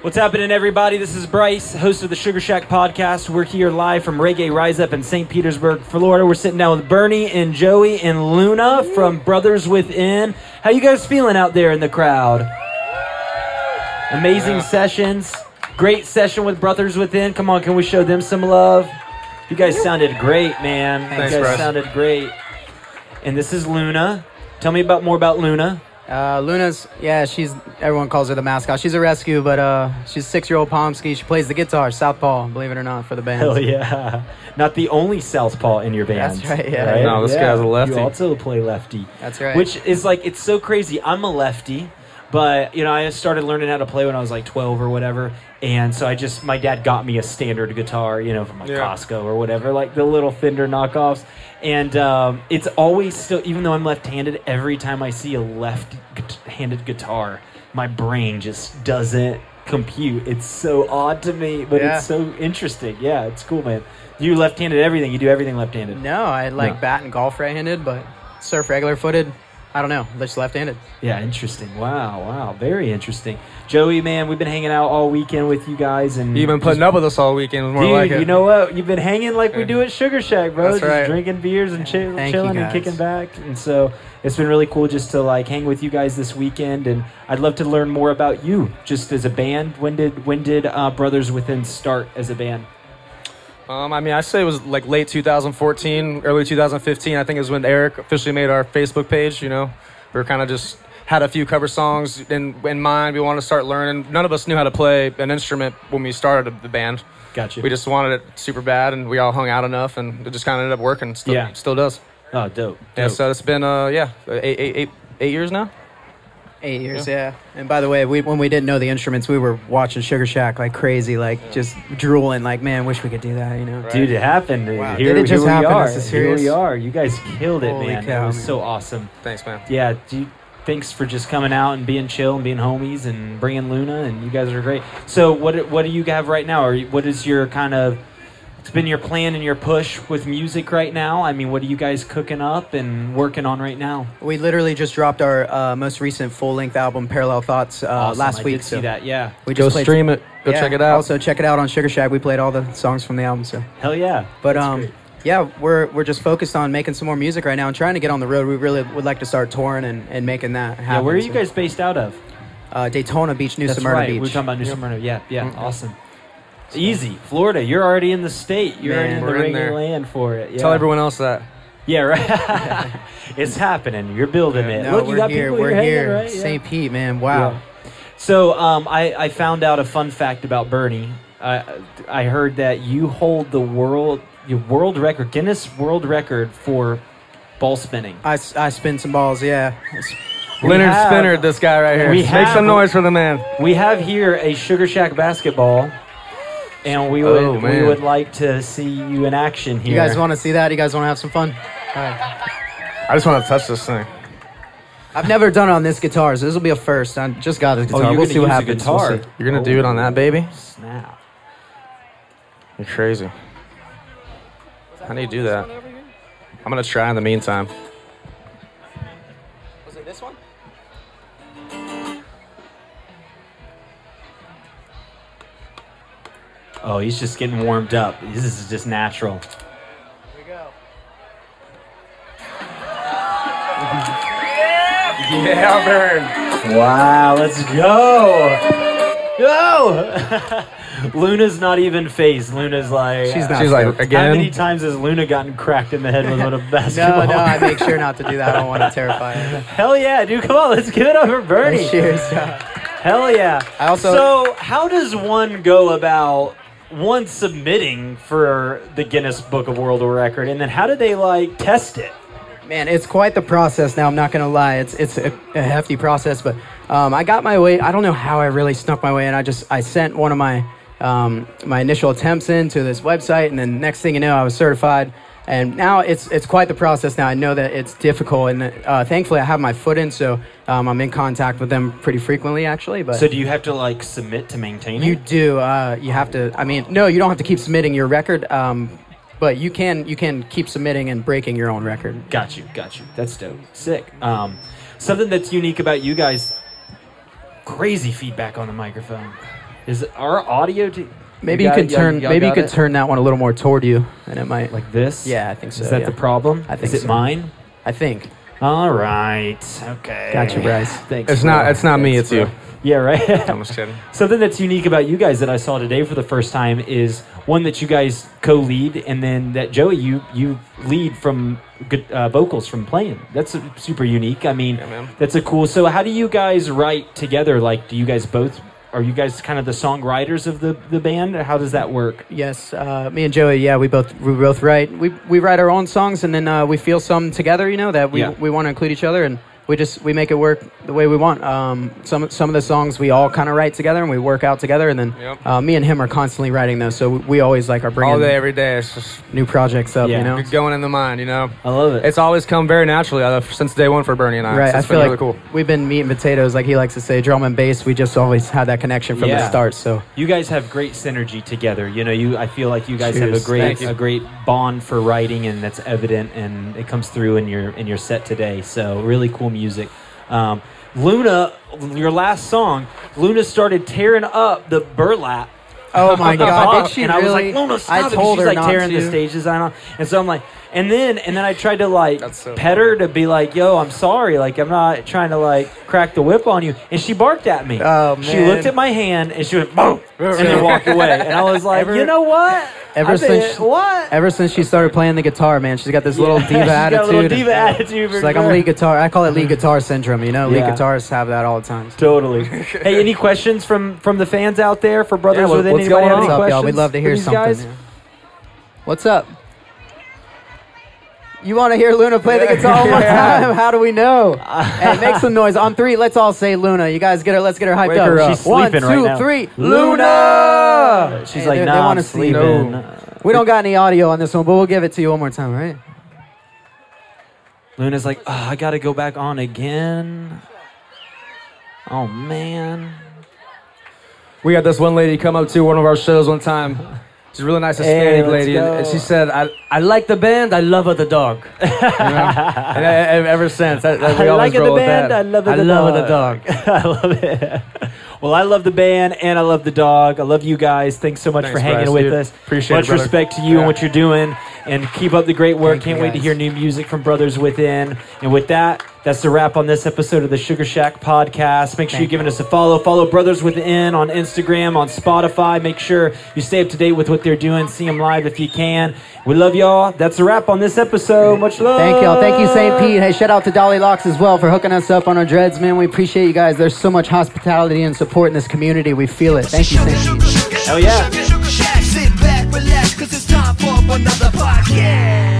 What's happening, everybody? This is Bryce, host of the Sugar Shack podcast. We're here live from Reggae Rise Up in St. Petersburg, Florida. We're sitting down with Bernie and Joey and Luna from Brothers Within. How you guys feeling out there in the crowd? Amazing sessions. Great session with Brothers Within. Come on, can we show them some love? You guys sounded great, man. Thanks, you guys Bryce. sounded great. And this is Luna. Tell me about more about Luna. Uh, Luna's, yeah, she's, everyone calls her the mascot. She's a rescue, but uh, she's six year old Pomsky. She plays the guitar, Southpaw, believe it or not, for the band. Hell yeah. Not the only southpaw in your band. That's right, yeah. No, this guy's a lefty. You also play lefty. That's right. Which is like, it's so crazy. I'm a lefty, but, you know, I started learning how to play when I was like 12 or whatever. And so I just, my dad got me a standard guitar, you know, from like Yeah. Costco or whatever, like the little Fender knockoffs. And um, it's always still, even though I'm left handed, every time I see a left handed guitar, my brain just doesn't compute. It's so odd to me, but Yeah. it's so so interesting. Yeah, it's cool, man. You left-handed everything. You do everything left-handed. No, I like No. bat and golf right handed, but surf regular footed. I don't know, just left handed. Yeah, interesting. Wow, wow, very interesting. Joey, man, we've been hanging out all weekend with you guys, and You've been putting up with us all weekend. It's more Dude, like it. you know what? You've been hanging like we do at Sugar Shack, bro. That's just right. drinking beers and chill, Thank you, chilling and guys. kicking back. And so it's been really cool just to like hang with you guys this weekend. And I'd love to learn more about you, just as a band. When did when did uh, Brothers Within start as a band? um, I mean, I say it was like late 2014, early 2015. I think is when Eric officially made our Facebook page. You know, we were kind of just had a few cover songs in, in mind. We wanted to start learning. None of us knew how to play an instrument when we started the band. Gotcha. We just wanted it super bad, and we all hung out enough, and it just kind of ended up working. Still, Yeah. still does. oh, dope. Yeah. dope. So it's been uh, yeah, eight, eight, eight, eight years now. Eight years, yeah. And by the way, we, when we didn't know the instruments, we were watching Sugar Shack like crazy, like just drooling, like, man, wish we could do that, you know? Dude, it happened. Wow. Here, Did it just here happen? we are. This is here we serious? are. You guys killed it, Holy man. cow, it was man. so awesome. Thanks, man. Yeah, dude, thanks for just coming out and being chill and being homies and bringing Luna. And you guys are great. So, what what do you have right now? Or what is your kind of? It's been your plan and your push with music right now. I mean, what are you guys cooking up and working on right now? We literally just dropped our uh, most recent full length album, Parallel Thoughts, uh, Awesome. last I week. did see so that. Yeah. We Go just played- stream it. Go Yeah, check it out. Also, check it out on Sugar Shack. We played all the songs from the album, so. Hell yeah. But That's um, great. yeah, we're we're just focused on making some more music right now and trying to get on the road. We really would like to start touring and, and making that happen. yeah, where are you So, guys based out of? Uh, Daytona Beach, New That's Smyrna right. Beach. We're talking about New Smyrna. Yeah, yeah, Mm-hmm. awesome. Easy, Florida. You're already in the state. You're already Man. in the We're in ring there. land for it. Yeah. Tell everyone else that. Yeah, right. it's happening. You're building it. no, Look, we're you got here. people we're you're hanging, here. right? Yeah. St. Pete, man. Wow. Yeah. So um, I, I found out a fun fact about Bernie. I I heard that you hold the world your world record Guinness World Record for ball spinning. I, s- I spin some balls. Yeah. It's- We Leonard have- Spinner, this guy right here. We Make have- some noise for the man. We have here a Sugar Shack basketball, and we would Oh, we man. would like to see you in action here. You guys want to see that? You guys want to have some fun? All right. I just want to touch this thing. I've never done it on this guitar, so this will be a first. I just got this Oh, guitar. you're we'll gonna see what use a happens. We'll guitar. see. You're gonna do it on that, baby? Snap. You're crazy. How do you do that? I'm gonna try in the meantime. Was it this one? Oh, he's just getting warmed up. This is just natural. Here we go. Yeah, burn. Wow, let's go. Go! Luna's not even phased. Luna's like. She's not. She's like How many again. times has Luna gotten cracked in the head with a No, basketball? no, I make sure not to do that. I don't want to terrify her. Hell yeah, dude! Come on, let's give it up for Bernie. Cheers. Hell yeah! I also- so how does one go about one submitting for the Guinness Book of World Record, and then how do they like test it? Man, it's quite the process. Now I'm not gonna lie, it's it's a, a hefty process, but um, I got my way. I don't know how I really snuck my way, and I just I sent one of my um, my initial attempts in to this website, and then next thing you know, I was certified. And now it's it's quite the process. Now I know that it's difficult, and uh, thankfully I have my foot in, so um, I'm in contact with them pretty frequently, actually. But So do you have to like submit to maintain you it? do. Uh, you have to. I mean, no, you don't have to keep submitting your record, um, but you can you can keep submitting and breaking your own record. Got you, got you. That's dope. Sick. Um, something that's unique about you guys crazy feedback on the microphone. Is our audio? T- Maybe you, got can it? Y'all- turn. y'all maybe you got could it? turn that one a little more toward you, and it might. Like, like this. yeah, I think so. Is that yeah. the problem? I think Is it so. mine? I think. All right. Okay. Gotcha, Bryce. Thanks. It's not. bro. It's not me. Thanks, It's you. bro. Yeah. Right. I'm just kidding. Something that's unique about you guys that I saw today for the first time is one that you guys co-lead, and then that Joey you you lead from good, uh, vocals from playing. That's uh, super unique. I mean, Yeah, man. that's a cool. So how do you guys write together? Like, do you guys both? Are you guys kind of the songwriters of the the band? Or how does that work? Yes, uh, me and Joey. Yeah, we both we both write. We we write our own songs, and then uh, we feel some together. You know that we Yeah. we want to include each other, and we just we make it work the way we want. Um, some some of the songs we all kind of write together, and we work out together, and then Yep. uh, me and him are constantly writing those. So we, we always like are bringing All day, every day. It's just new projects up. Yeah. You know, You're going in the mind, you know. I love it. It's always come very naturally uh, since day one for Bernie and I. right? So I it's feel been like really cool. we've been meat and potatoes, like he likes to say, drum and bass. We just always had that connection from Yeah. the start. So You guys have great synergy together. You know, you I feel like you guys have a Cheers. great Thank you. a great bond for writing, and that's evident, and it comes through in your in your set today. So really cool music. Um, Luna, your last song, Luna started tearing up the burlap. Oh my of the God, box, did she Uh-huh. and I was like, really? Luna, I stop it," 'cause told she's her like not tearing the to. stages on. And so I'm like, and then and then I tried to like That's so pet her to be like, yo, I'm sorry, like I'm not trying to like crack the whip on you. And she barked at me. Oh, She man. looked at my hand and she went boom and then walked away. And I was like, Ever- you know what? ever I bet- since- what? ever since she started playing the guitar, man, she's got this little diva She's got attitude. a little diva attitude. for It's like I'm sure. Mm-hmm. lead guitar. I call it lead guitar syndrome. You know, lead Yeah. guitarists have that all the time. Totally. hey, any questions from from the fans out there for brothers Yeah, what- with what's anybody? going have on? any What's up, questions y'all? We'd love to for hear these something. guys? yeah. What's up? You want to hear Luna play the guitar one time? How do we know? hey, make some noise on three. Let's all say Luna. You guys get her. Let's get her hyped Wake up. her up. She's One, sleeping right two, now. three. Luna! She's Hey, like, they- they nah, wanna I'm see you. sleeping. No. We don't got any audio on this one, but we'll give it to you one more time, all right? Luna's like, oh, I gotta go back on again. Oh man. We got this one lady come up to one of our shows one time. She's a really nice Hispanic let's lady, and- go. and she said, "I, I like the band. I love the dog." You know? and, and ever since, that, that, we I always like roll the with band. that. I love the I dog. love the dog. I love it. Well, I love the band and I love the dog. I love you guys. Thanks so much Thanks, for hanging Bryce, with dude. us. Appreciate it, much brother. respect to you and Yeah. what you're doing, and keep up the great work. Thank you, Can't wait to guys. hear new music from Brothers Within. And with that, that's the wrap on this episode of the Sugar Shack podcast. Make sure you're giving us a follow. Follow Brothers Within on Instagram, on Spotify. Make sure you stay up to date with what they're doing. See them live if you can. We love y'all. That's a wrap on this episode. Much love. Thank y'all. Thank you, St. Pete. Hey, shout out to Dolly Locks as well for hooking us up on our dreads, man. We appreciate you guys. There's so much hospitality and support in this community. We feel it. Thank you, Oh, St. Pete. Hell yeah. Sit back, relax, cause it's time for another podcast.